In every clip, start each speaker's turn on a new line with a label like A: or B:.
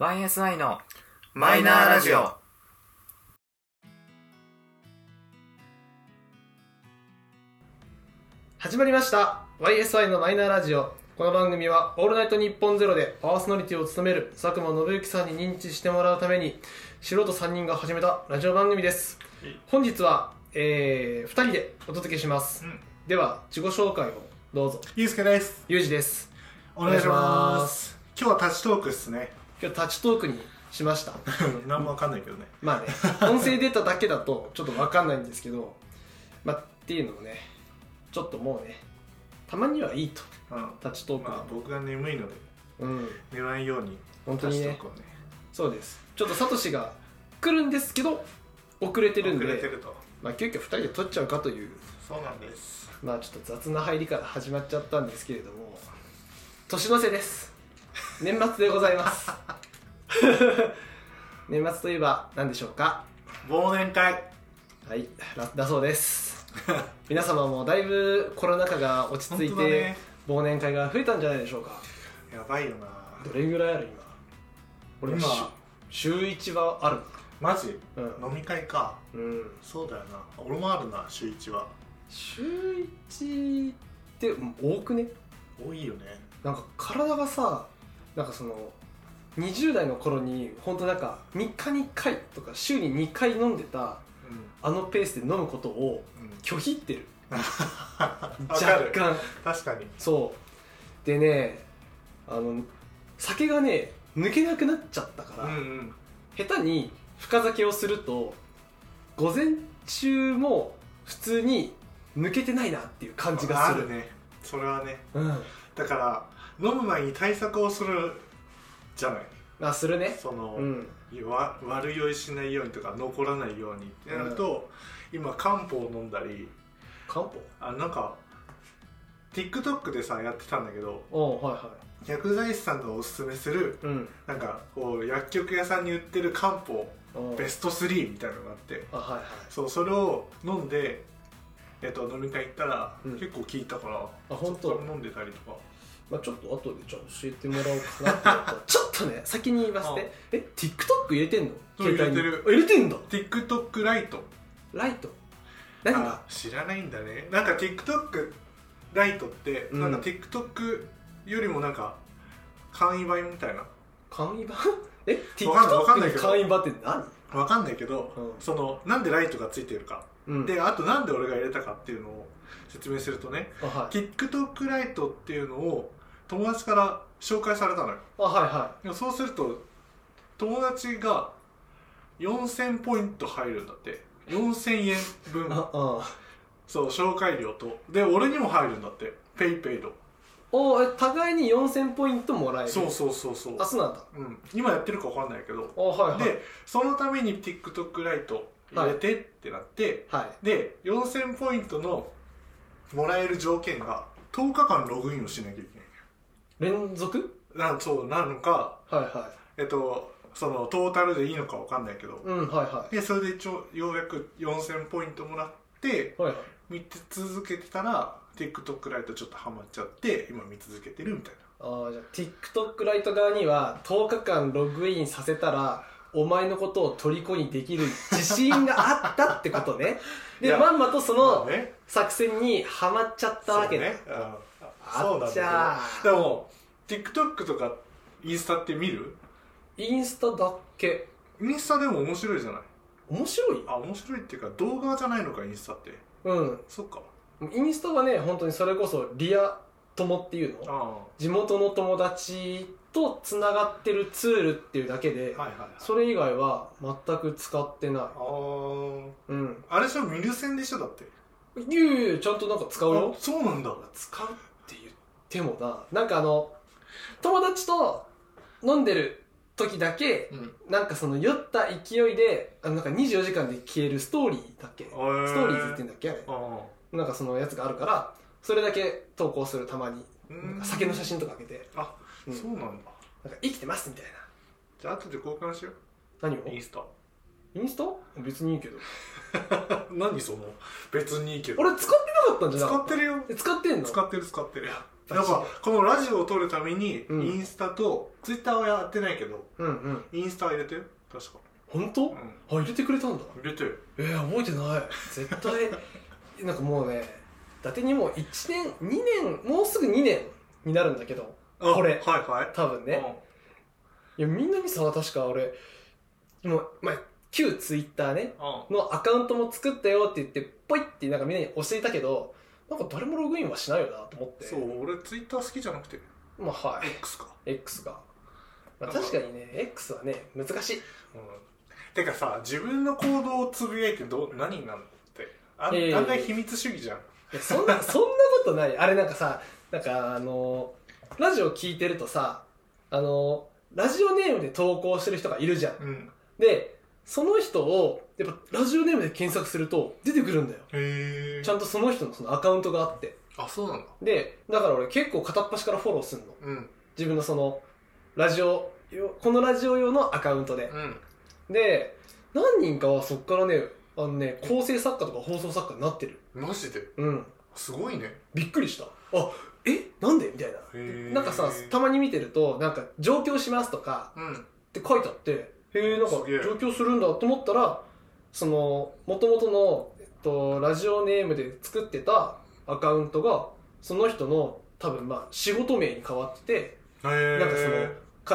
A: YSI の
B: マイナーラジオ。
C: 始まりました YSI のマイナーラジオこの番組は「オールナイトニッポンゼロでパーソナリティを務める佐久間信之さんに認知してもらうために素人3人が始めたラジオ番組です本日は、え2人でお届けします、
B: うん
C: では自己紹介をどうぞ
B: ゆうすけです。
C: ゆうじです
B: お願いし
C: お願いし
B: ま
C: ますす。
B: 今日は立ちトークっす ね。
C: 今日タッチトークにしました
B: なんもわかんないけどね。
C: まあね音声データだけだとちょっと分かんないんですけどまあっていうのもねちょっともうねたまにはいいと
B: うん。
C: タッチトークで、
B: まあ僕が眠いので
C: うん
B: 寝ないように
C: 本当
B: 立
C: に
B: ちト
C: ね
B: ークをね。
C: そうですちょっとサトシが来るんですけど遅れてるん
B: 遅れて
C: で、
B: ると。
C: まあ、急遽2人で撮っちゃうかという
B: そうなんです。
C: まあちょっと雑な入りから始まっちゃったんですけれども年の瀬です年末でございます 年末といえば何でしょうか
B: 忘年会。
C: はいらだそうです皆様もだいぶコロナ禍が落ち着いて、
B: 本当だね
C: 忘年会が増えたんじゃないでしょうか
B: やばいよな。
C: どれぐらいある今俺
B: 今
C: 週1はある
B: マジ
C: うん
B: 飲み会か。
C: うん
B: そうだよな。俺もあるな、週一は。
C: 週1って多くね
B: 多いよね。
C: なんか体がさなんかその20代の頃に本当なんか3日に1回とか週に2回飲んでたあのペースで飲むことを
B: うん。うん。
C: 拒否 ってる
B: わ
C: 若
B: かる。
C: 干
B: 確かに。
C: そうでねあの酒がね抜けなくなっちゃったから、
B: ん
C: 下手に深酒をすると午前中も普通に抜けてないなっていう感じが
B: あ
C: する
B: るね。それはね。
C: うん
B: だから、飲む前に対策をするじゃない。
C: あするね
B: その、
C: うん
B: わ悪酔いしないようにとか残らないようにってなると、今漢方を飲んだり
C: 漢方
B: あなんか TikTok でさやってたんだけど
C: おうはいは
B: 薬剤師さんがおすすめする
C: いうん
B: なんかこう薬局屋さんに売ってる漢方
C: おう
B: ベスト3みたいなのがあって
C: あはいはい
B: そうそれを飲んで、えっと、飲み会行ったら、
C: うん
B: 結構効いたから
C: あ本
B: そ
C: 当
B: れ。飲んでたりとか
C: まあ、ちょっと後でじゃあ教えてもらおうかなって 思ったちょっとね先に言いますねえ TikTok 入れてんの
B: そう
C: 携帯に
B: 入れて
C: あ入れてんだ
B: TikTok ライト
C: ライト何
B: あ
C: が
B: 知らないんだねなんか TikTok ライトって、
C: うん
B: なんか TikTok よりもなんか簡易版みたいな
C: 簡易版え
B: わかんないわかんない
C: TikTok
B: けど
C: の簡易版って何
B: わかんないけど、
C: うん
B: そのなんでライトがついてるか、
C: うん
B: であとなんで俺が入れたかっていうのを説明するとね
C: あはい
B: TikTok ライトっていうのを友達から紹介されたのよ
C: あはいは
B: でもそうすると友達が4000ポイント入るんだって4000円分
C: いああ
B: そう紹介料とで俺にも入るんだってペイペイの
C: おうえ互いに4000ポイントもらえる
B: そうそうそうそう
C: あ、そうなんだ
B: うん、今やってるか分かんないけど
C: あはいはい
B: でそのために TikTok ライト入れてってなって、
C: はい
B: で4000ポイントのもらえる条件が10日間ログインをしなきゃいけ
C: 連続
B: ないなそうなのか
C: はいは
B: えっとそのトータルでいいのか分かんないけど
C: いうんはいは
B: でそれで一応ようやく4000ポイントもらって
C: いはいはい
B: 見て続けてたら TikTok ライトちょっとハマっちゃって今見続けてるみたいな
C: あーじゃあ TikTok ライト側には10日間ログインさせたらお前のことを虜にできる自信があったってこ とね
B: い
C: で
B: や
C: まんまとその
B: まあね
C: 作戦にはまっちゃったわけね
B: そうね、うんそ
C: あ
B: うなんだ
C: じゃあ
B: けどでも TikTok とかインスタって見る
C: インスタだけ
B: インスタでも面白いじゃない
C: 面白い
B: あ面白いっていうか動画じゃないのかインスタって
C: うん
B: そっか
C: インスタはね本当にそれこそリア友っていうの
B: あ
C: 地元の友達とつながってるツールっていうだけで、
B: あはいはいはい
C: それ以外は全く使ってない
B: あー
C: うん
B: あれじゃ見る線でしょだって
C: いやいやいやちゃんとなんか使うよ
B: あそうなんだ
C: 使うって言ってもななんかあの友達と飲んでる時だけ
B: うん
C: なんかその酔った勢いであのなんか24時間で消えるストーリーだっけスト
B: ー
C: ーリーズって言うんだっけあれ
B: あ
C: なんかそのやつがあるからそれだけ投稿するたまに
B: あ
C: なんか酒の写真とかあげて
B: あ、
C: うん
B: そうなんだ
C: なんか生きてますみたい
B: じゃあ後で交換しよう
C: な何を
B: インスタ
C: インスタ別にいいけど
B: 何その別にいいけど
C: 俺使ってなかったんじゃな
B: 使
C: か
B: ってるよ
C: え使ってんの
B: 使ってる使ってる
C: た
B: やっぱこのラジオを撮るために
C: うん
B: インスタと、ツイッターはやってないけど
C: うんうん
B: インスタは入れてよ確か、
C: 本当、あ
B: う
C: 入れてくれた
B: ん、
C: んだ
B: 入れてよ
C: えー、覚えてない絶対なんかもうね伊達にもう1年2年もうすぐ2年になるんだけど
B: あ
C: これ
B: はいはい
C: 多分ね、いやみんなにさ確か俺もう、まあ、旧ツイッターね
B: うんうん
C: のアカウントも作ったよって言ってポイってなんかみんなに教えたけどなんか誰もログインはしないよなと思って
B: そう俺ツイッター好きじゃなくて
C: まあはい
B: X か
C: X が、まあ、
B: なんか
C: 確かにね X はね難しい
B: うんてかさ自分の行動をつぶやいてどう何になるのってあん,、
C: いやいやいや
B: あんな秘密主義じゃん
C: いやそんな そんなことないあれなんかさなんかあのラジオ聞いてるとさあのラジオネームで投稿してる人がいるじゃん
B: うん
C: でその人をやっぱラジオネームで検索すると出てくるんだよ
B: へえ
C: ちゃんとその人のそのアカウントがあって
B: あそうなんだ
C: でだから俺結構片っ端からフォローするの
B: うん
C: 自分のそのラジオ用このラジオ用のアカウントで
B: うん
C: で何人かはそっからねあのね構成作家とか放送作家になってる
B: マジで
C: うん
B: すごいね
C: びっくりしたあえなんでみたいな
B: へー
C: なんかさたまに見てるとなんか上京しますとか
B: うん
C: って書いてあってへえんか
B: すげえ
C: 上京するんだと思ったらその元々の、えっと、ラジオネームで作ってたアカウントがその人の多分まあ仕事名に変わって
B: へえ
C: てなんかそ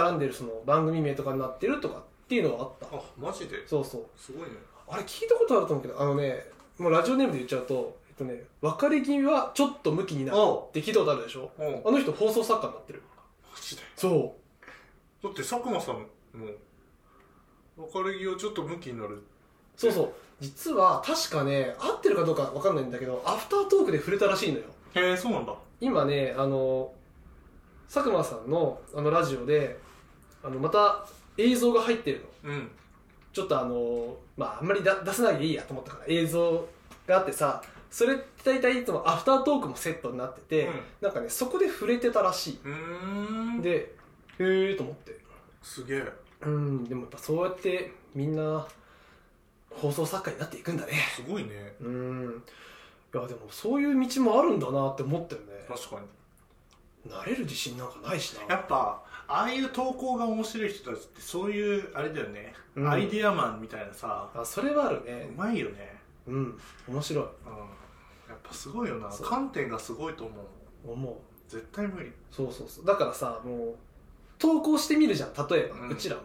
C: の絡んでるその番組名とかになってるとかっていうのはあった
B: あマジで
C: そうそう
B: すごいね
C: あれ聞いたことあると思うけどあのねもうラジオネームで言っちゃうとえっとね別れ際はちょっと向きになる
B: お
C: って聞いたことあるでしょ
B: うんマ
C: あの人放送作家になってる
B: ジで
C: そう
B: だって佐久間さんも別れ際ちょっと向きになる
C: そうそう実は確かね合ってるかどうかわかんないんだけどアフタートークで触れたらしいのよ
B: へえそうなんだ
C: 今ねあの佐久間さんのあのラジオであのまた映像が入ってるの
B: うん
C: ちょっとあのまああんまりだ出さないでいいやと思ったから映像があってさそれって大体いつもアフタートークもセットになってて、
B: うん
C: なんかねそこで触れてたらし
B: う
C: い
B: ーん
C: でへえと思って
B: すげえ
C: うんでもやっぱそうやってみんな放送作家になっていくんだね
B: すごいね
C: うんいやでもそういう道もあるんだなって思ったよね
B: 確かに
C: 慣れる自信なんかないし
B: や
C: な
B: っぱああいう投稿が面白い人たちってそういうあれだよね、
C: うん
B: アイディアマンみたいなさ
C: あそれはある
B: う
C: ね
B: まいよね、
C: うん面白い
B: うん、やっぱすごいよな
C: そう
B: 観点がすごいと思う
C: 思う
B: 絶対無理
C: そうそうそうだからさもう投稿してみるじゃん例えば、う
B: うん
C: ちらも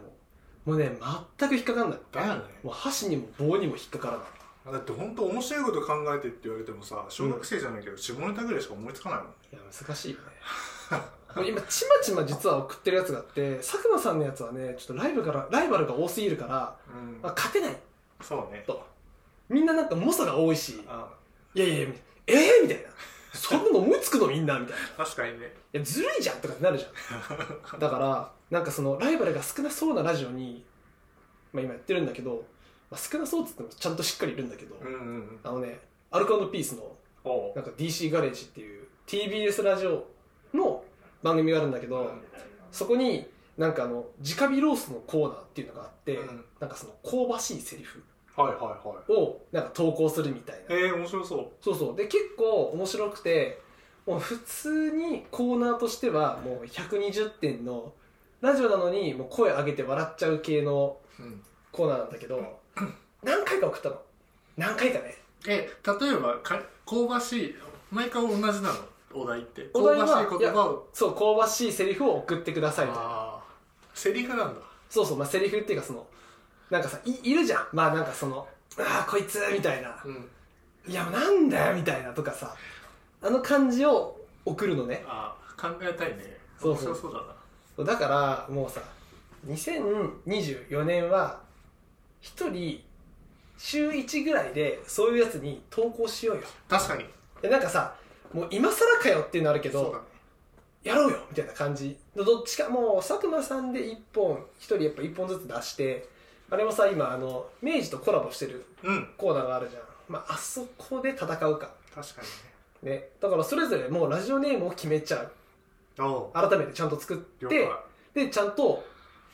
C: もうね全く引っかかんない
B: だよね
C: もう箸にも棒にも引っかからない
B: だって本当面白いこと考えてって言われてもさ小学生じゃないけど下ネタぐらいしか思いつかないもん
C: いや難しいよねもう今ちまちま実は送ってるやつがあって佐久間さんのやつはねちょっとライブからライバルが多すぎるから、
B: うん
C: あ、勝てない
B: そうね
C: とみんななんか猛者が多いし
B: あ
C: いやいやいや、ええみたいな。そんなの思いつくのみんなみたいな。い
B: 確かにね
C: や、ずるいじゃんとかってなるじゃん。だから、なんかその、ライバルが少なそうなラジオに、まあ今やってるんだけど、まあ、少なそうっつってもちゃんとしっかりいるんだけど、
B: うんうんうん
C: あのね、アルコピースの、
B: おう
C: なんか DC ガレージっていう TBS ラジオの番組があるんだけど、そこに、なんかあの、直火ロースのコーナーっていうのがあって、
B: うん
C: なんかその、香ばしいセリフ
B: はいはいはい
C: を、なんか投稿するみたいな。
B: えー、面白そ
C: そうそうで結構面白くてもう普通にコーナーとしてはもう120点のラジオなのにもう声上げて笑っちゃう系の
B: う、うん、
C: コーナーなんだけど何回か送ったの何回かね
B: え例えばか香ばしい毎回同じなのお題って香
C: お題は
B: ばしい言葉を
C: そう香ばしいセリフを送ってくださいと
B: あーセリフなんだ
C: そうそうまあセリフっていうかそのなんかさいいるじゃんまあなんかその「ああこいつ」みたいな
B: うん
C: 「いやなんだよ」みたいなとかさあの感じを送るのね
B: ああ考えたいね
C: そうそう
B: 面白そうだな
C: だからもうさ2024年は一人週1ぐらいでそういうやつに投稿しようよ
B: 確かに
C: でなんかさもう今更かよっていうのあるけ
B: そうだ
C: ど
B: ね
C: やろうよみたいな感じのどっちかもう佐久間さんで1本1人やっぱ1本ずつ出してあれもさ今あの明治とコラボしてる
B: うん
C: コーナーがあるじゃんまああそこで戦うか
B: 確かにね
C: ねだからそれぞれもうラジオネームを決めちゃう
B: おう
C: 改めてちゃんと作っ
B: 了
C: て
B: 解
C: でちゃんと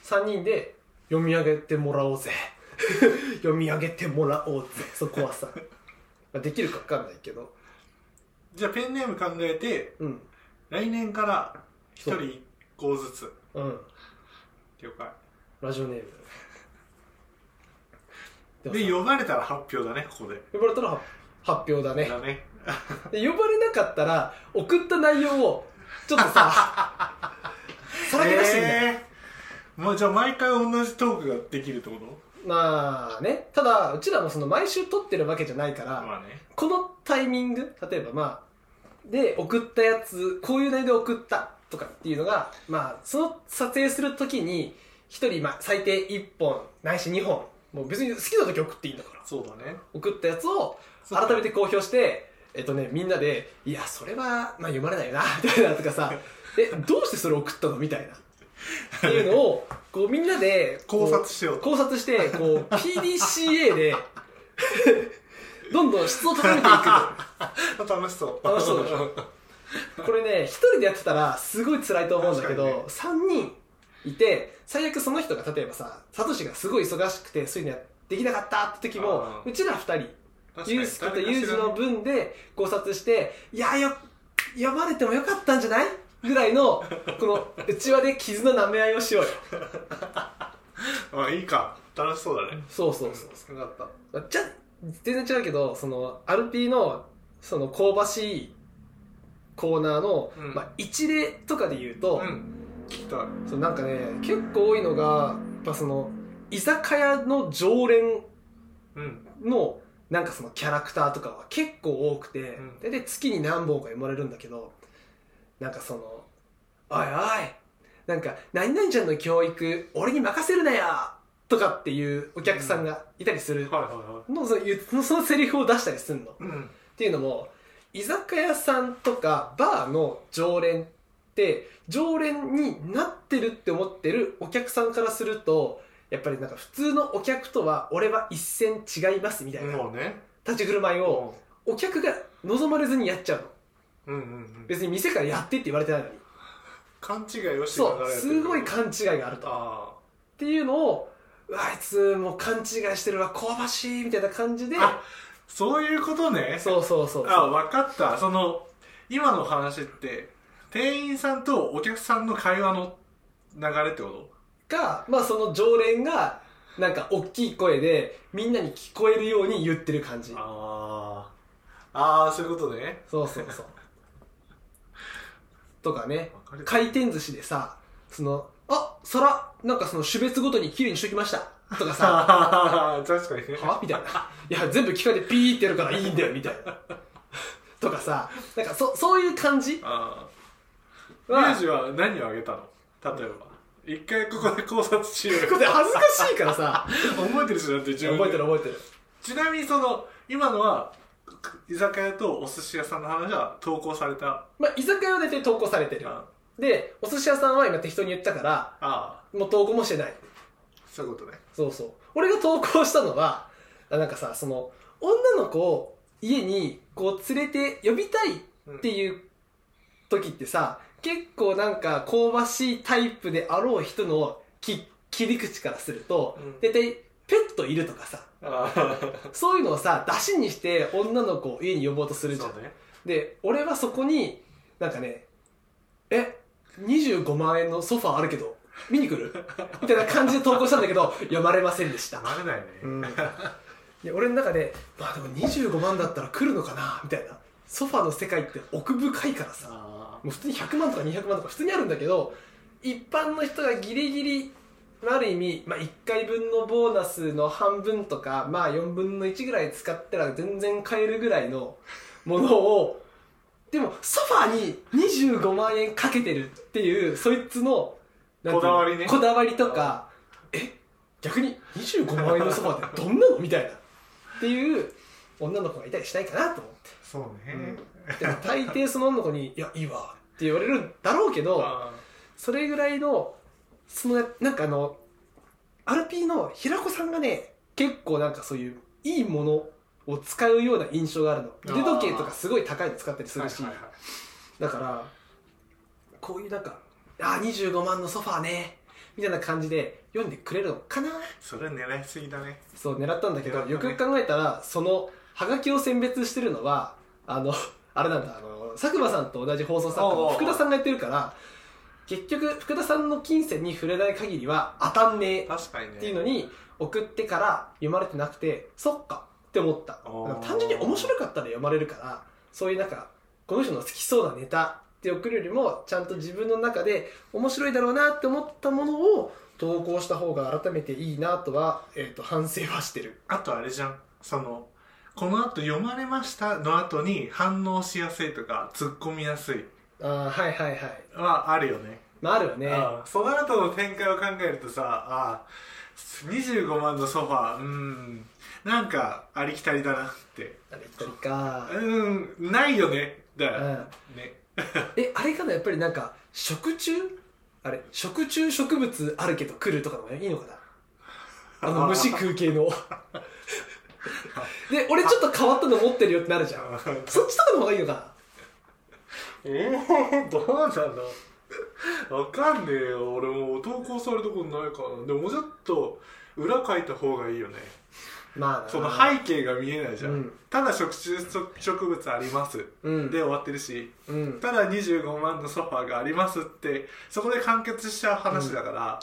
C: 3人で読み上げてもらおうぜ 読み上げてもらおうぜそこはさまあできるか分かんないけど
B: じゃあペンネーム考えて
C: うん
B: 来年から一人一校ずつ
C: うん
B: 了解
C: ラジオネームでも
B: で
C: さ
B: 呼ばれたら発表だねここで
C: 呼ばれたらは発表だね
B: だね
C: で呼ばれなかったら送った内容をち ょっとささらけ出してみない、
B: えーまあじゃあ毎回同じトークができるってこと
C: まあねただうちらもその毎週撮ってるわけじゃないから、
B: まあね
C: このタイミング例えばまあで送ったやつこういう内容で送ったとかっていうのがまあその撮影するときに一人まあ最低1本ないし2本もう別に好きな時送っていいんだから
B: そうだね
C: 送ったやつを改めて公表してえっとねみんなで「いやそれはまあ読まれないよ な」みたいなとかさ「えどうしてそれ送ったの?」みたいなっていうのをこうみんなでこ
B: 考
C: う
B: 察しようと
C: 考察してこう PDCA でどんどん質を高めていく
B: 楽しそう
C: 楽しそうでしょとこれね一人でやってたらすごい辛いと思うんだけ
B: 確かに
C: ど、三3人いて最悪その人が例えばさサトシがすごい忙しくてそういうのやできなかったって時も
B: あー
C: うちら2人
B: 確
C: ユースケとユージの分で考察していやよ読まれてもよかったんじゃないぐらいのこの内輪で傷の舐め合いをしようよ
B: あいいか楽しそうだね
C: そうそうそう
B: 少なかった
C: じゃ全然違うけどそのアルピーのその香ばしいコーナーの、
B: うん
C: まあ、一例とかで言うと、
B: うん聞きたい
C: そのなんかね結構多いのがやっぱその居酒屋の常連
B: うん
C: のなんかそのキャラクターとかは結構多くて、
B: うん
C: でで月に何本か生まれるんだけどなんかその「おいおいなんか何々ちゃんの教育俺に任せるなよ!」とかっていうお客さんがいたりする
B: はいはいは
C: のその言うそのセリフを出したりするの。っ
B: いうん
C: ていうのも居酒屋さんとかバーの常連って常連になってるって思ってるお客さんからするとやっぱりなんか普通のお客とは俺は一線違いますみたいな
B: もうね
C: 立ち振る舞いをお客が望まれずにやっちゃうの
B: うんうんうん
C: 別に店からやってって言われてないのに
B: 勘違いをして
C: そうすごい
B: あ
C: 勘違いがあると
B: あ
C: っていうのをうわあいつもう勘違いしてるわ香ばしいみたいな感じで
B: あそういうことね
C: そうそうそう
B: あ分かったその今の話って店員さんとお客さんの会話の流れってこ
C: か、まあ、その常連がなんか大きい声でみんなに聞こえるように言ってる感じ
B: とああああそういうことね
C: そうそうそう とかね
B: わかる
C: 回転寿司でさそのあ皿なんかその種別ごとに綺麗にしときましたとかさ
B: あー確かにね
C: はみたいな。いや、全部機械でピーってやるからいいんだよ、みたいな。 とかさ、なんかそ、そういう感じ
B: ああ
C: は、
B: ユージは何をあげたの例えば一回ここで考察しよう
C: こ
B: よ
C: れ恥ずかしいから さ、
B: 覚えてる人だって自分で
C: 覚えてる覚えてる。
B: ちなみにその今のは居酒屋とお寿司屋さんの話は投稿された
C: まあ、居酒屋は大体投稿されてる。
B: あ
C: で、お寿司屋さんは今適当に言ったから、
B: あ
C: もう投稿もしてない。
B: そういうことね
C: そうそう。俺が投稿したのは、あなんかさ、その、女の子を家にこう連れて呼びたいっていう時ってさ、結構なんか香ばしいタイプであろう人のき切り口からすると、
B: うん
C: 大体ペットいるとかさ、
B: ああ
C: そういうのをさ、出しにして女の子を家に呼ぼうとするじゃん。
B: そうね
C: で、俺はそこに、なんかね、え、25万円のソファーあるけど、見に来るみたいな感じで投稿したんだけど、読まれませんでした。
B: 黙れないね、
C: うん、いや俺の中で、まあ、でも25万だったら来るのかなみたいなソファーの世界って奥深いからさ
B: あ
C: もう普通に100万とか200万とか普通にあるんだけど一般の人がギリギリまあある意味、まあ、1回分のボーナスの半分とか、まあ、4分の1ぐらい使ったら全然買えるぐらいのものをでもソファーに25万円かけてるっていうそいつのなんていうの
B: こだわりね
C: こだわりとかえ逆に25万円のソファーってどんなのみたいなっていう女の子がいたりしないかなと思って。
B: そうね、
C: でも大抵その女の子に「いやいいわ」って言われるんだろうけど
B: あ
C: それぐらいのそのなんかあの RP の平子さんがね結構なんかそういういいものを使うような印象があるの
B: ー
C: 腕時計とかすごい高いの使ったりするし
B: はいはいはい
C: だからこういうなんか「ああ25万のソファーね」みたいな感じで読んでくれるのかな
B: それ狙いすぎだね
C: そう狙ったんだけど、
B: 狙ったね
C: よくよく考えたらそのハガキを選別してるのはあの あれなんだあの佐久間さんと同じ放送作家
B: おうおう
C: の
B: おう
C: 福田さんがやってるから結局福田さんの金銭に触れない限りは当たんねえ
B: 確かにね
C: っていうのに送ってから読まれてなくてそっかって思った
B: おー
C: なんか単純に面白かったら読まれるからそういうなんかこの人の好きそうなネタって送るよりもちゃんと自分の中で面白いだろうなって思ったものを投稿した方が改めていいなとは、えー、と反省はしてる
B: あとあれじゃんそのこの後読まれましたの後に反応しやすいとか突っ込みやすい
C: あーはいはいはい
B: はあるよね
C: まああるよね
B: ああその後の展開を考えるとさああ25万のソファーうーんなんかありきたりだなって
C: なんか言ったりか
B: うーんないよねだよ、ね
C: えあれかなやっぱりなんか食虫あれ食虫植物あるけど来るとかの方がいいのかなあの虫空系ので俺ちょっと変わったの持ってるよってなるじゃんそっちとかの方がいいのかな
B: えー、どうなんだろうわかんねえよ俺もう投稿されたことないからでももうちょっと裏書いた方がいいよね
C: まあな
B: その背景が見えないじゃん、
C: うん
B: ただ食虫植物あります
C: うん
B: で終わってるし
C: うん
B: ただ25万のソファーがありますってそこで完結しちゃう話だから、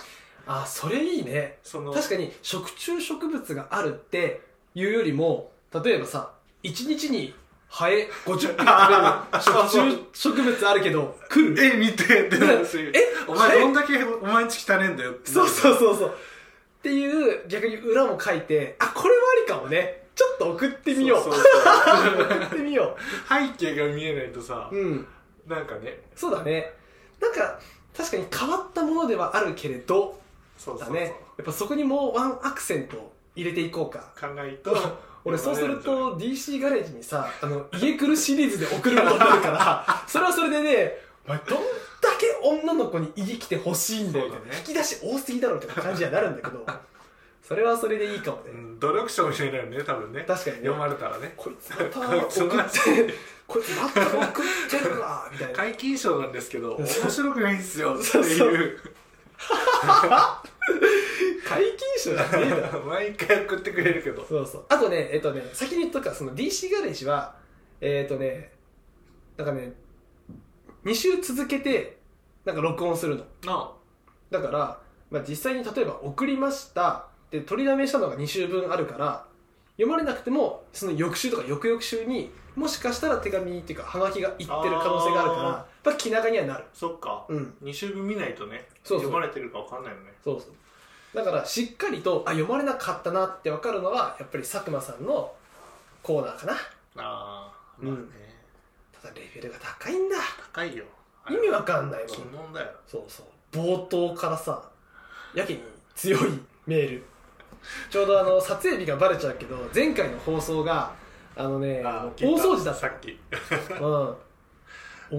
C: あそれいいね
B: その
C: 確かに食虫植物があるっていうよりも例えばさ1日にハエ50匹食べる食虫植物あるけど来る
B: え見てって話
C: え
B: お
C: ハ
B: 前
C: エ
B: どんだけお前んち汚ねえんだよって
C: そうそうそうそう。っていう、逆に裏も書いて、あ、これはありかもね。ちょっと送ってみよう。
B: そそそう
C: 送ってみよ
B: 背景が見えないとさ
C: う。、うん。
B: なんかね
C: そうだね。なんか、確かに変わったものではあるけれど、
B: そうそう
C: だ
B: そう、
C: ね。やっぱそこにもうワンアクセント入れていこうか。
B: 考えと
C: 俺そうすると DC ガレージにさ、あの、家来るシリーズで送ることになる から、それはそれでね、お前どんだけ女の子に家来てほしいんだよみたい
B: そう
C: な、
B: だね
C: 引き出し多すぎだろみたいな感じにはなるんだけ ど、それはそれでいいかもね。
B: うん努力者もいないよね多分ね
C: 確かにね
B: 読まれたらね
C: こいつまた送って こいつまた送ってるわみたいな
B: 皆勤賞なんですけど面白くないんすよって
C: そう
B: い
C: そう解禁書じゃねえだろ
B: 毎回送ってくれるけど
C: そうそうあとねえっとね先に言っとくかその DC ガレージはえっとねなんかね2週続けてなんか録音するの
B: な
C: だから、まあ、実際に例えば送りましたで取りだめしたのが2週分あるから読まれなくてもその翌週とか翌々週にもしかしたら手紙っていうかはがきがいってる可能性があるから
B: あー
C: やっぱ気長にはなる
B: そっか
C: うん
B: 2週分見ないとね
C: そうそう
B: 読まれてるかわかんないよね
C: そうそうだからしっかりとあ読まれなかったなって分かるのはやっぱり佐久間さんのコーナーかな
B: ああ
C: うん
B: まあね
C: ただレベルが高いんだ
B: 高いよ
C: 意味わかんないもん
B: 鬼門だよ
C: そうそう冒頭からさやけに強いメールちょうどあの撮影日がバレちゃうけど前回の放送があのねあの
B: あ
C: 大掃除だった
B: さっき
C: うん大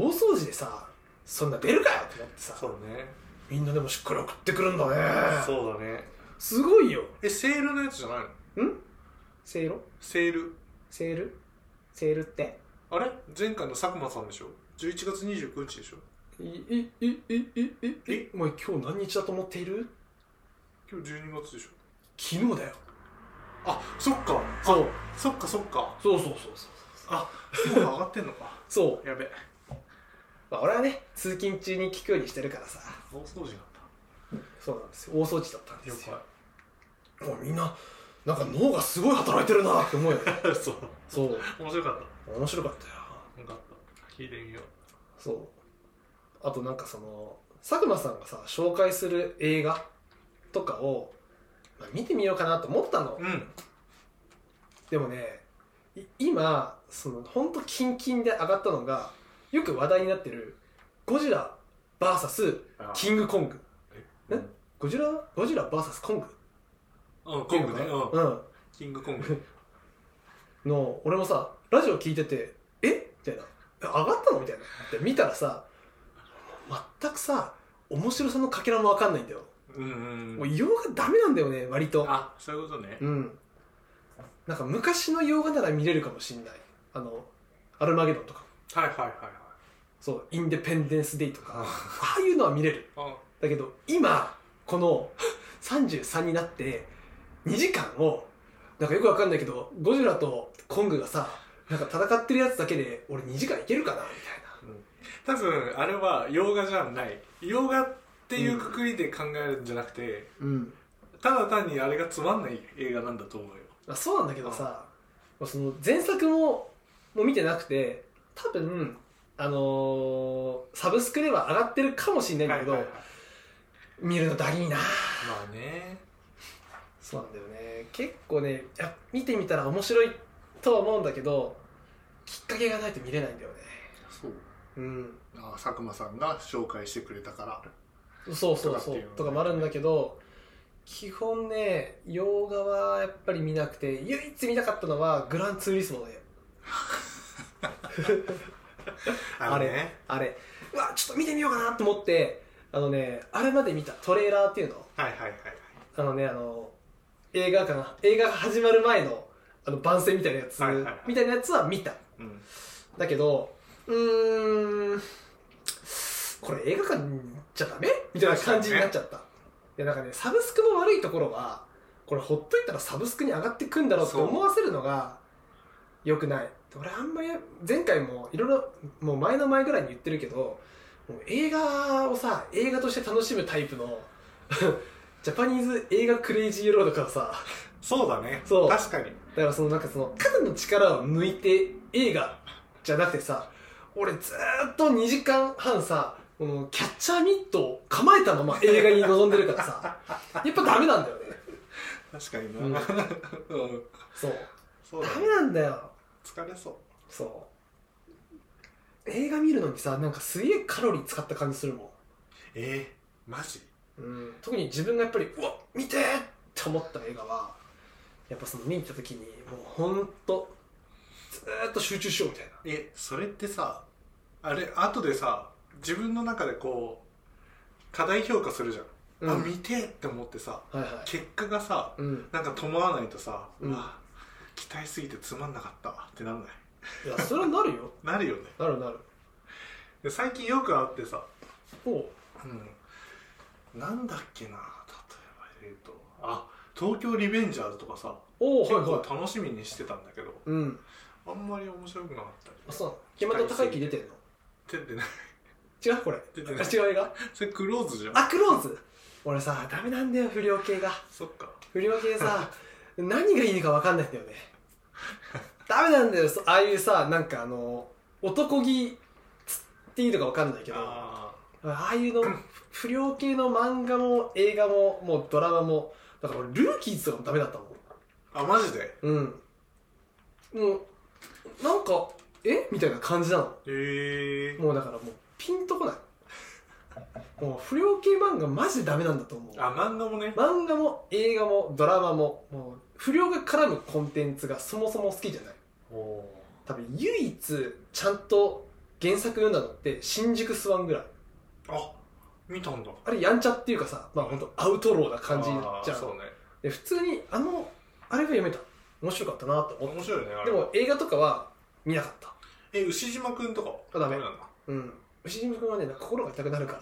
C: 掃除でさそんな出るかよって思ってさ
B: そうね
C: みんなでもしっかり送ってくるんだね
B: そうだね
C: すごいよ
B: えセールのやつじゃないの
C: セイロ
B: セール
C: セールセールって
B: あれ前回の佐久間さんでしょ11月29日でしょ
C: いいいいいいいえ
B: え
C: お前今日何日だと思っている
B: 今日12月でしょ
C: 昨日だよ
B: あそっか
C: そう
B: そっかそっか
C: そうそうそうそう
B: あそうか上がってんのか
C: そ う、
B: やべえ
C: まあ、俺はね通勤中に聞くようにしてるからさ
B: 大掃除だっ
C: そうなんですよ大掃除だったん
B: た
C: ですよもうみんななんか脳がすごい働いてるなって思うよね
B: 了解そう
C: そう
B: 面白かっ
C: 面白かったよ
B: たよかった聞いてみよう
C: そうあとなんかその佐久間さんがさ紹介する映画とかを、まあ、見てみようかなと思ったの、
B: うん
C: でもねい今そのほんとキンキンで上がったのがよく話題になってるゴジラ VS キングコング
B: う
C: え
B: ん
C: ゴジラゴジラ VS コング
B: うんコングねうん
C: うん
B: キングコング
C: の俺もさラジオ聞いててえみたいなえ上がったのみたいなで見たらさ全くさ面白さのかけらも分かんないんだよ、
B: うん
C: も
B: う
C: うん洋画ダメなんだよね割と
B: あそういうことね
C: うんなんか昔の洋画なら見れるかもしんないあのアルマゲドンとか
B: はいはいはいはい
C: そう、インデペンデンス・デイとか、
B: あ
C: ああいうのは見れる。
B: あ
C: だけど、今、この 33になって、2時間を、なんかよくわかんないけど、ゴジラとコングがさ、なんか戦ってるやつだけで俺2時間いけるかなみ
B: 多分あれは洋画じゃない洋画っていうくくりで考えるんじゃなくて、
C: たいなうん
B: ただ単にあれがつまんない映画なんだと思うよ
C: あそうなんだけどさ、その前作ももう見てなくて多分あのーサブスクでは上がってるかもしれないんだけど、
B: はいはいはい
C: 見るのだりーな
B: まあね
C: そうなんだよね結構ねいや見てみたら面白いとは思うんだけどきっかけがないと見れないんだよね
B: そう
C: うん
B: あ佐久間さんが紹介してくれたから
C: そうそうそう
B: とかっていうのね
C: とかもあるんだけど基本ね洋画はやっぱり見なくて唯一見たかったのはグランツーリスモだよあれ
B: ね
C: あれうわちょっと見てみようかなと思ってあのねあれまで見たトレーラーっていうの
B: はいはいはいはい
C: あのねあの映画館映画が始まる前のあの番宣みたいなやつ、
B: はいはいはい
C: みたいなやつは見た
B: うん
C: だけどうーんこれ映画館じゃダメみたいな感じになっちゃった、でなんかねサブスクの悪いところはこれほっといたらサブスクに上がってくんだろうって
B: そう
C: 思わせるのが良くない俺あんまり前回もいろいろもう前の前ぐらいに言ってるけどもう映画をさ映画として楽しむタイプの ジャパニーズ映画クレイジーロードからさ
B: そうだね
C: そう
B: 確かに
C: だからそのなんかその肩の力を抜いて映画じゃなくてさ俺ずーっと2時間半さこのキャッチャーミットを構えたまま映画に臨んでるからさ やっぱダメなんだよね
B: 確かにな、
C: うん
B: うん
C: そう
B: そうだ
C: ダ
B: ね
C: メなんだよ
B: 疲れそ
C: そう映画見るのにさなんかすげえカロリー使った感じするも
B: うえー、マジ
C: ん、うん、特に自分がやっぱりうわ見てーって思った映画はやっぱその見に行った時にもうほんとずーっと集中しようみたいな
B: えそれってさあれ後でさ自分の中でこう過大評価するじゃん、あ
C: うん
B: 見てえって思ってさ
C: はいはい
B: 結果がさ
C: うん
B: なんか伴わないとさ、
C: うん
B: あ期待すぎてつまんなかったってならない
C: いやそれはなるよ
B: なるよね
C: なるなる
B: で最近よくあってさ、
C: おう
B: うん、なんだっけな例えば言うとあ東京リベンジャーズとかさ
C: お
B: 結
C: うはい
B: 構
C: はい
B: 楽しみにしてたんだけど
C: うん
B: あんまり面白くなかったり
C: あそうなの山田孝之出てんの
B: てってね
C: 違うこれ
B: 出てない
C: あ違う映画
B: それクローズじゃん
C: あクローズ俺さダメなんだよ不良系が
B: そっか
C: 不良系さ何がいいのか分かんないん だよねダメなんだよそああいうさなんかあの男気つっていいのか分かんないけどあ
B: あ
C: あいうの不良系の漫画も映画ももうドラマもだから俺ルーキーズとかもダメだったもん
B: ーあマジで
C: うんもうなんかえみたいな感じなの
B: へえ
C: もうだからもうピンとこないもう不良系漫画マジでダメなんだと思う
B: あ漫画もね
C: 漫画も映画もドラマももう不良が絡むコンテンツがそもそも好きじゃない
B: お
C: 多分唯一ちゃんと原作読んだのって新宿スワンぐらい
B: あ見たんだ
C: あれやんちゃっていうかさまあ本当アウトローな感じじゃ
B: あーそうんね
C: で普通にあのあれが読めた面白かったなと思っ
B: 面白いねあ
C: た
B: れ
C: でも映画とかは見なかった
B: え牛島くんとかは
C: あダメ
B: なんだ
C: うん牛島君はねなんか心が痛くなるか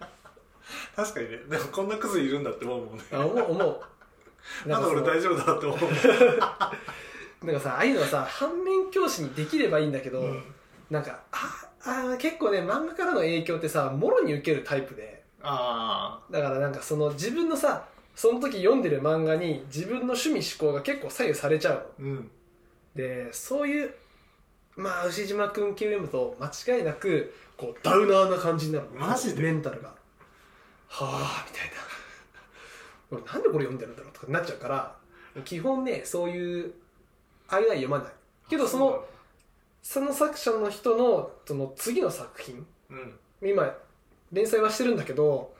C: ら
B: 確かにねでもこんなクズいるんだって思うもんね
C: あ思 う思う
B: ま
C: なん
B: だ
C: かそ
B: 俺
C: の
B: 大丈夫だって思う
C: なんかさああいうのはさ反面教師にできればいいんだけど、
B: うん
C: なんかああ結構ね漫画からの影響ってさもろに受けるタイプで
B: あ
C: だからなんかその自分のさその時読んでる漫画に自分の趣味思考が結構左右されちゃうの
B: あうん
C: でそういうまあ牛島君系を読むと間違いなくこうダウナーな感じになる
B: マジで
C: メンタルがはあみたいな 俺なんでこれ読んでるんだろうとかなっちゃうから基本ねそういうああいうのは読まないけどそのその作者の人のその次の作品
B: うん
C: 今連載はしてるんだけど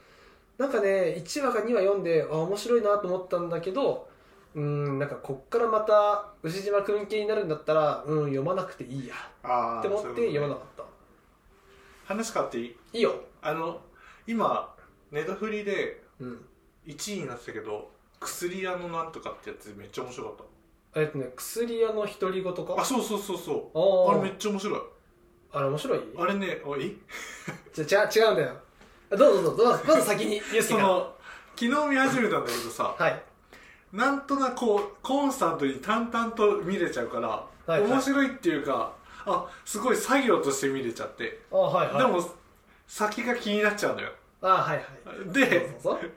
C: なんかね1話か2話読んであ面白いなと思ったんだけどうんなんかこっからまた牛島くん系になるんだったらうん読まなくていいや
B: ああ
C: って思って読まなかった
B: 話変わっていい
C: いいよ、
B: あの今ネタフリで
C: うん、
B: 1位になってたけど薬屋のなんとかってやつめっちゃ面白かっ
C: えっとね薬屋の独り言
B: たあ
C: か
B: そうそうそうそ
C: あ
B: うあ
C: ー
B: れめっちゃ面白い
C: あれ面白い
B: あれねあえ
C: じゃじゃ違うんだよ どうぞどうぞどうぞまず先にユースケ
B: そ
C: から
B: の昨日見始めたんだけどさ
C: はい
B: なんとなくこうコンスタントに淡々と見れちゃうから、
C: はいはい
B: 面白いっていうかあすごい作業として見れちゃって、
C: あはいはい
B: でも先が気になっちゃうのよ
C: あはいはい
B: で
C: そうそうそう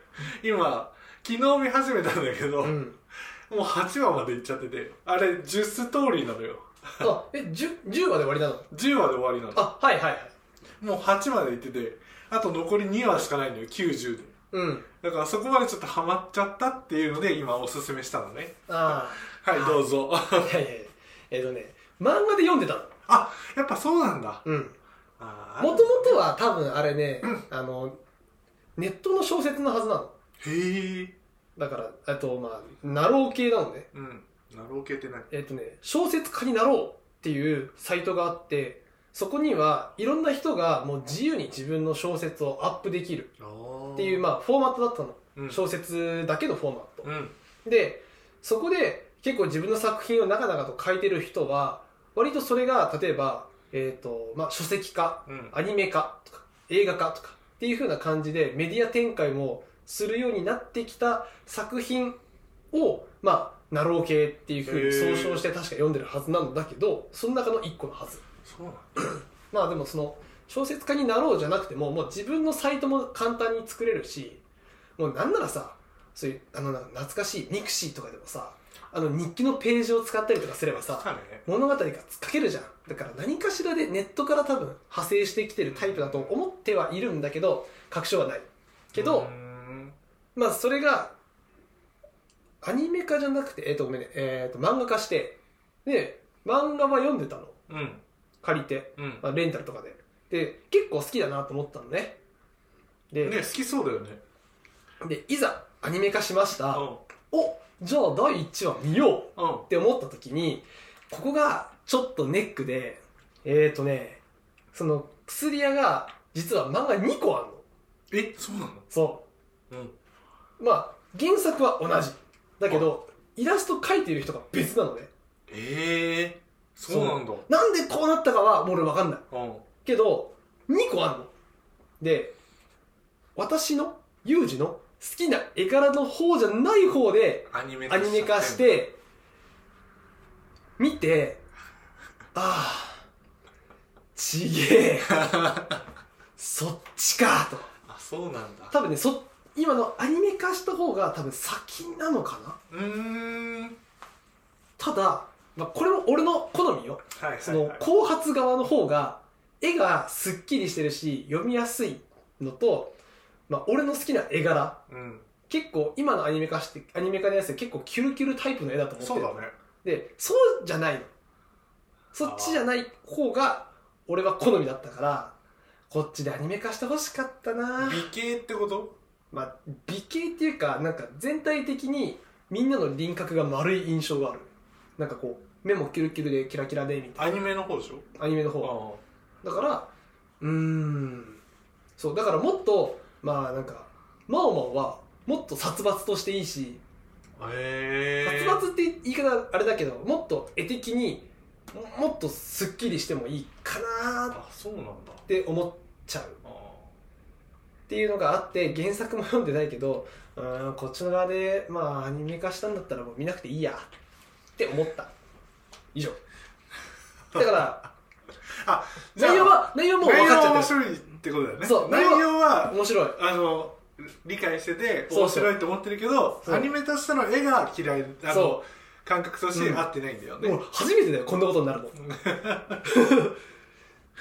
B: 今昨日見始めたんだけど、
C: うん
B: もう8話までいっちゃっててあれ10ストーリーなのよ
C: あえ十 10, 10話で終わりなの
B: 10話で終わりなの
C: あはいはいはい
B: もう8までいっててあと残り2話しかないのよ90で
C: うん
B: だからそこまでちょっとハマっちゃったっていうので今おすすめしたのね
C: あ
B: はいどうぞ
C: あいやいやいやえっ、とね漫画で読んでたの
B: あやっぱそうなんだ
C: うん
B: あー
C: もともとは多分あれね、あのネットの小説のはずなの
B: へえ
C: だからあとまあナロー系なのね
B: うんナロー系って何
C: えっ、とね小説家になろうっていうサイトがあってそこにはいろんな人がもう自由に自分の小説をアップできるっていうまあフォーマットだったの、
B: うん
C: 小説だけのフォーマット、
B: うん
C: でそこで結構自分の作品を長々と書いてる人は割とそれが例えば、えーとまあ、書籍化
B: うん
C: アニメ化とか映画化とかっていう風な感じでメディア展開もするようになってきた作品をまあナロー系っていう風
B: へー
C: に総称して確か読んでるはずなんだけどその中の一個のはず
B: そうなんだ
C: まあでもその小説家になろうじゃなくてももう自分のサイトも簡単に作れるしもうなんならさそういうあのな懐かしいミクシーとかでもさあの日記のページを使ったりとかすればさ
B: そうね
C: 物語が書けるじゃんだから何かしらでネットから多分派生してきてるタイプだと思ってはいるんだけど確証はないけど、
B: うーん
C: まあそれがアニメ化じゃなくてえっ、とごめんねえっ、と漫画化してで漫画は読んでたの
B: うん
C: 借りて、
B: うん
C: まあ、レンタルとかでで結構好きだなと思ったのねで
B: ね好きそうだよね
C: でいざアニメ化しまし
B: う
C: た
B: ん
C: おじゃあ第1話見よう
B: うん
C: って思った時にここがちょっとネックでえー、とねその薬屋が実は漫画2個あるの
B: えそうなの
C: そ
B: うん
C: うまあ原作は同じだけどイラスト描いてる人が別なのね
B: ええそうなんだ
C: なんでこうなったかはもう俺分かんない
B: うん
C: けど2個あるので私のユージの好きな絵柄の方じゃない方で
B: アニメ
C: アニメ化して見てああちげえ
B: あ
C: そっちかと
B: そうなんだ
C: 多分ねそ今のアニメ化した方が多分先なのかな
B: うーんはい
C: ただ、まあ、これも俺の好みよ
B: はい、はい、
C: その後発側の方が絵がすっきりしてるし読みやすいのと、まあ、俺の好きな絵柄
B: うん
C: 結構今のアニメ化してアニメ化のやつって結構キュルキュルタイプの絵だと思って
B: そうだね
C: でそうじゃないのそっちじゃない方が俺は好みだったからこっちでアニメ化してほしかったな
B: 美形ってこと
C: まあ美形っていうかなんか全体的にみんなの輪郭が丸い印象があるなんかこう目もキュルキュルでキラキラでみたい
B: アニメの方でしょ
C: なアニメの方
B: あ
C: だからうーんそうだからもっとまあなんかマオマオはもっと殺伐としていいし
B: あへえ
C: 殺伐って言い方あれだけどもっと絵的にももっとすっきりしてもいいかなーっ
B: あそうなんだ
C: て思っちゃう
B: あ
C: っていうのがあって原作も読んでないけどうーんこっちの側でまあアニメ化したんだったらもう見なくていいやって思った以上だから
B: じゃあ
C: 内容は内容もう
B: 内
C: 分かっち
B: 容
C: ゃ
B: 面白い
C: って
B: ってことだよね
C: そう
B: 内容は
C: る面白い
B: あの理解してて
C: そ
B: 面
C: うそう
B: 白いと思ってるけど
C: そう
B: アニメとしての絵が嫌いあの
C: そ
B: 感覚として
C: うん
B: 合ってないんだよね、
C: もう初めてだよこんなことになるの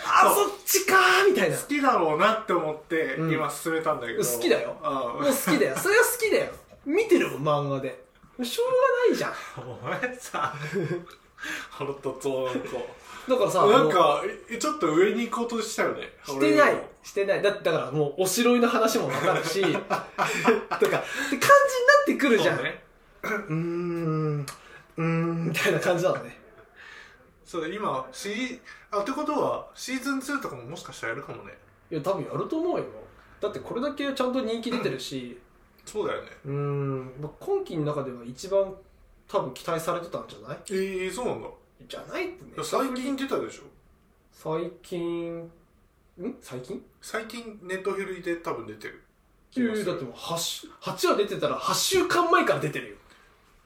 C: あ
B: そ
C: そっちかーみたいな
B: 好きだろうなって思って
C: うん
B: 今進めたんだけど、
C: 好きだよ
B: あ
C: もう好 きだよそれは好きだよ見てるもん漫画でしょうがないじゃん
B: あお前さ 腹立つわなんか
C: だからさあの
B: なんかえちょっと上に行こうとしたよね
C: してない
B: 俺
C: してないだだからもうおしろいの話も分か るしとかって感じになってくるじゃん,、
B: そううね
C: ーんうーんみたいな感じなのね
B: そう今シリあってことはシーズン2とかももしかしたらやるかもね
C: いや多分やると思うよだってこれだけちゃんと人気出てるし
B: そうだよね
C: うーんまあ今期の中では一番多分期待されてたんじゃない
B: えー、そうなんだ
C: じゃないってね
B: 最近出たでしょ
C: 最近ん最近
B: 最近ネットフリで多分出てる
C: いやいやだってもう 8, 8話出てたら8週間前から出てるよ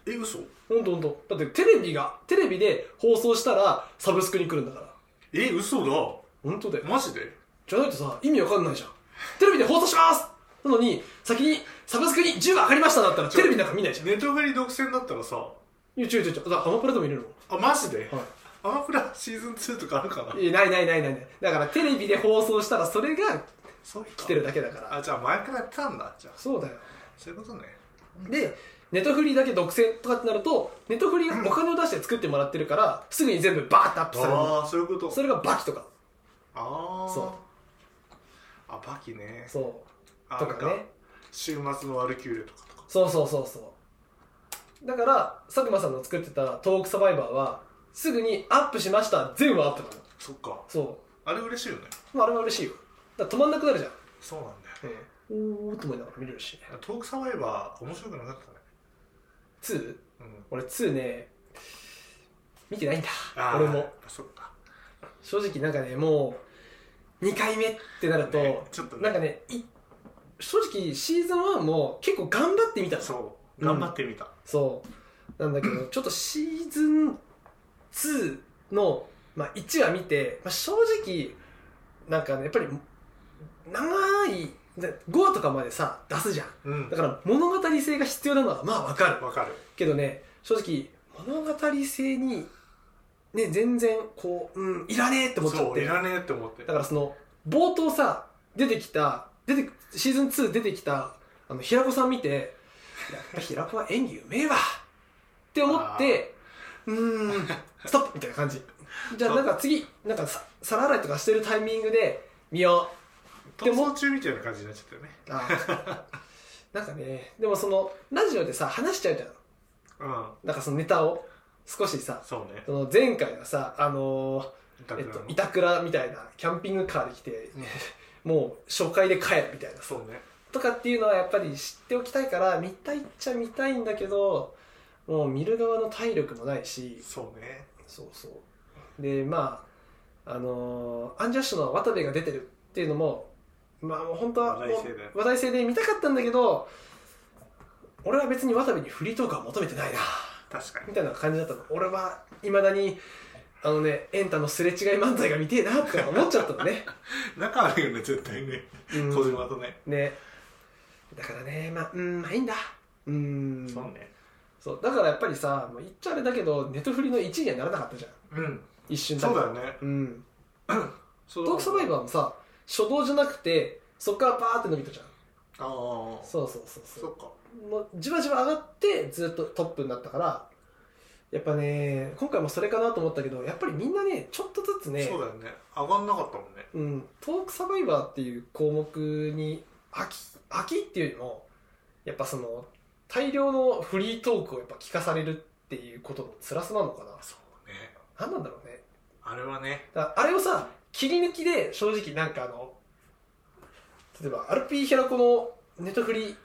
B: え嘘
C: ほんとほんとだってテレビがテレビで放送したらサブスクに来るんだから
B: え嘘だ
C: ほんとだよ
B: マジで
C: じゃないとさ意味わかんないじゃんテレビで放送しますなのに先にサブスクに10が上がりましただったら
B: ちょ
C: テレビなんか見ないじゃん
B: ネットフリ独占だったらさ
C: いや違う違う違うだからアマプラでもいる
B: あマジで、
C: のはい
B: アマプラシーズン2とかあるかない
C: やないないないないないだからテレビで放送したらそれが
B: そうか
C: 来てるだけだから
B: あじゃあ前からやってたんだじゃあ
C: そうだよ
B: そういうことね
C: でネトフリだけ独占とかってなるとネトフリがお金を出して作ってもらってるからすぐに全部バーッとアップされる
B: ああそういうこと
C: それがバキとか
B: ああ
C: そう
B: あバキね
C: そ
B: あ
C: うとか
B: なん
C: ね
B: 週末のワルキューレとかとか
C: そうそうそうそうだから佐久間さんの作ってた「トークサバイバー」はすぐに「アップしました」全部アップなの
B: そっか
C: そ
B: あれ嬉しいよね
C: う、まあ、あれは嬉しいよだから止まんなくなるじゃん、
B: そうなんだよ
C: うん、おーっと思いながら見れるし
B: トークサバイバー面白くなかったね
C: 2?
B: うん
C: 俺2ね見てないんだ
B: あー
C: 俺も
B: そっか
C: 正直なんかねもう2回目ってなると、
B: ねちょっとね
C: なんかねい正直シーズン1も結構頑張ってみたの
B: そう
C: うん
B: 頑張ってみた、
C: そうなんだけどちょっとシーズン2の、まあ、1話見て、まあ、正直なんかねやっぱり長い5話とかまでさ出すじゃん
B: うん
C: だから物語性が必要なのはまあわかる
B: わかる
C: けどね正直物語性にね全然こううんいらねえって思っちゃっ
B: そう
C: て
B: いらねえって思って
C: だからその冒頭さ出てきた出てシーズン2出てきたあの平子さん見てやっぱ平子は演技うめえわって思ってうーんストップみたいな感じじゃあなんか次なんかさ皿洗いとかしてるタイミングで見よ
B: 逃走中みたいな感じになっちゃったよね
C: う あなんかねでもそのラジオでさ話しちゃうじゃん
B: うん
C: なんかそのネタを少しさ
B: そうね
C: その前回はさあのー
B: だ
C: え
B: か
C: っ
B: ら
C: と、板倉みたいなキャンピングカーで来てもう初回で帰るみたいなさ
B: そうね
C: とかっていうのはやっぱり知っておきたいから見たいっちゃ見たいんだけどもう見る側の体力もないし
B: そうね
C: そうそうでまああのーアンジャッシュの渡部が出てるっていうのもまあもう本当
B: 話
C: はもう
B: 題性で
C: 話題性で見たかったんだけど俺は別に渡部にフリートークは求めてないな
B: 確かに
C: みたいな感じだったの俺はいまだにあのねエンタのすれ違い漫才が見てえなって思っちゃったのね、
B: 仲悪いよね絶対ね
C: うん
B: 小島とね
C: ねだからねまあうんまあいいんだうん
B: そうね
C: そうだからやっぱりさもう言っちゃあれだけどネトフリの1位にはならなかったじゃん
B: うん
C: 一瞬だ
B: そ
C: け
B: うだよね
C: うん
B: ト
C: トークサバイバーもさ初動じゃなくてそっからバーって伸びたじゃん
B: ああ
C: そうそうそうそ
B: そうっか
C: もうじわじわ上がってずっとトップになったからやっぱね今回もそれかなと思ったけどやっぱりみんなねちょっとずつね
B: そうだよね上がんなかったもんね
C: うん、トークサバイバーっていう項目に飽き飽きっていうよりもやっぱその大量のフリートークをやっぱ聞かされるっていうことの辛さなのかな
B: そうね
C: 何なんだろうね
B: あれはね
C: だからあれをさ切り抜きで正直なんかあの例えばアルピーヒャラコのネットフリ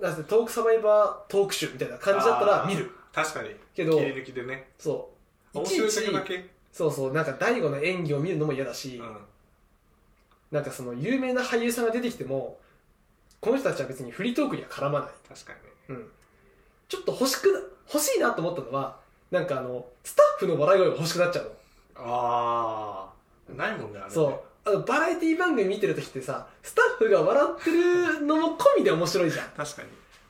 C: なんてトークサバイバートーク集みたいな感じだったら見る
B: あー確かに
C: けど
B: 切り抜きでね
C: そうい
B: 面
C: ち
B: 白
C: い
B: い
C: ち
B: 尺だけ
C: そうそうなんか大悟の演技を見るのも嫌だし、
B: うん
C: なんかその有名な俳優さんが出てきてもこの人たちは別にフリートークには絡まない、
B: 確かにね
C: うん、ちょっと欲しくな欲しいなと思ったのはなんかあのスタッフの笑い声が欲しくなっちゃうの、
B: ああないもんねあれね
C: そうあのバラエティ番組見てる時ってさスタッフが笑ってるのも込みで面白いじゃん
B: 確かに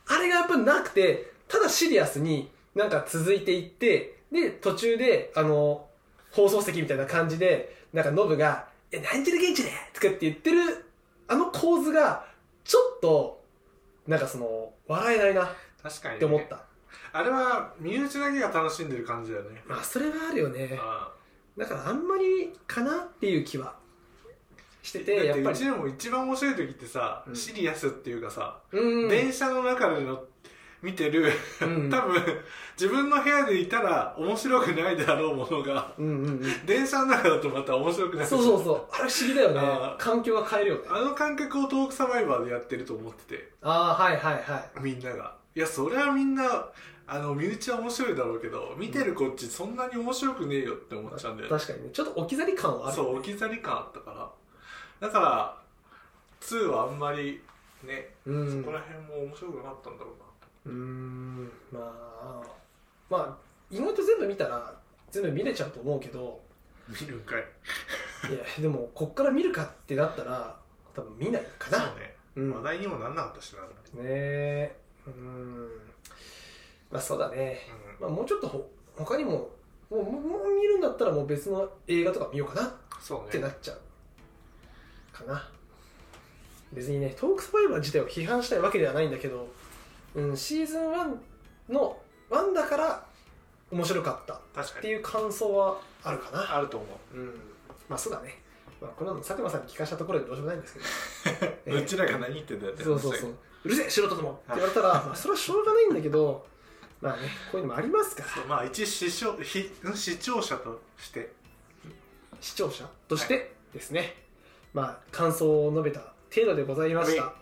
C: あれがやっぱなくてただシリアスになんか続いていってで途中であの放送席みたいな感じでなんかノブが「えなんちゃら現地で!」とかって言ってるあの構図がちょっとなんかその笑えないなっ
B: 確かにね
C: て思った、
B: あれは身内だけが楽しんでる感じだよね
C: まあそれはあるよね
B: あ
C: だからあんまりかなっていう気はしてて
B: だっ
C: やってぱ
B: う
C: り
B: ちでも一番面白い時ってさ、
C: うん
B: シリアスっていうかさ、
C: うん
B: 電車の中での見てる、
C: うん
B: 多分自分の部屋でいたら面白くないであろうものが
C: うんうんうん
B: 電車の中だとまた面白くなる
C: そうそうそうあれ不思議だよ
B: あ
C: ね
B: ー
C: 環境が変えるよね
B: あの感覚をトークサバイバーでやってると思ってて
C: ああはいはいはい
B: みんながいやそれはみんなあの身内は面白いだろうけど見てるこっちそんなに面白くねえよって思っちゃうんだよね
C: 確かにねちょっと置き去り感はある
B: そう置き去り感あったからだから2はあんまりね、
C: うん
B: そこら辺も面白くなかったんだろうな
C: うーんまあまあ意外と全部見たら全部見れちゃうと思うけ ど
B: 見るんかい
C: いやでもこっから見るかってなったら多分見ないかな
B: そうね、
C: うん
B: 話題にもなんなかったしな、うん、
C: ねえうーんまあそうだね、まあ、もうちょっとほ他にももうもうもう見るんだったらもう別の映画とか見ようかな
B: そう
C: って
B: ね
C: なっちゃうかな別にねトークスパイバー自体を批判したいわけではないんだけど、うん、シーズン1の1だから面白かった
B: 確か
C: って
B: に
C: いう感想はあるかな
B: あると思
C: うんまあそうだね、まあ、こんなの佐久間さんに聞かしたところでどうしようもないんですけどえ
B: う、
C: ー
B: うちらが何言ってんだよって話
C: そうそうそうううるせえ素人どもって言われたら、まあ、それはしょうがないんだけどまあねこういうのもありますから
B: まあ一視聴ひ視聴者として
C: 視聴者としてですね、まあ感想を述べた程度でございまし
B: は
C: た、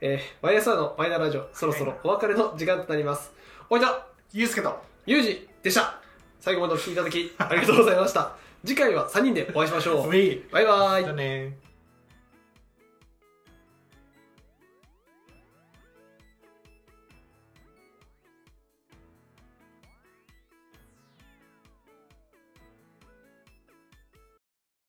C: えー、YSR のマイナーラジオそろそろお別れの時間となりますおいた
B: ゆうすけと
C: ゆうじでした最後までお聴きいただきありがとうございました次回は3人でお会いしましょ う
B: み
C: バイバイ
B: だねー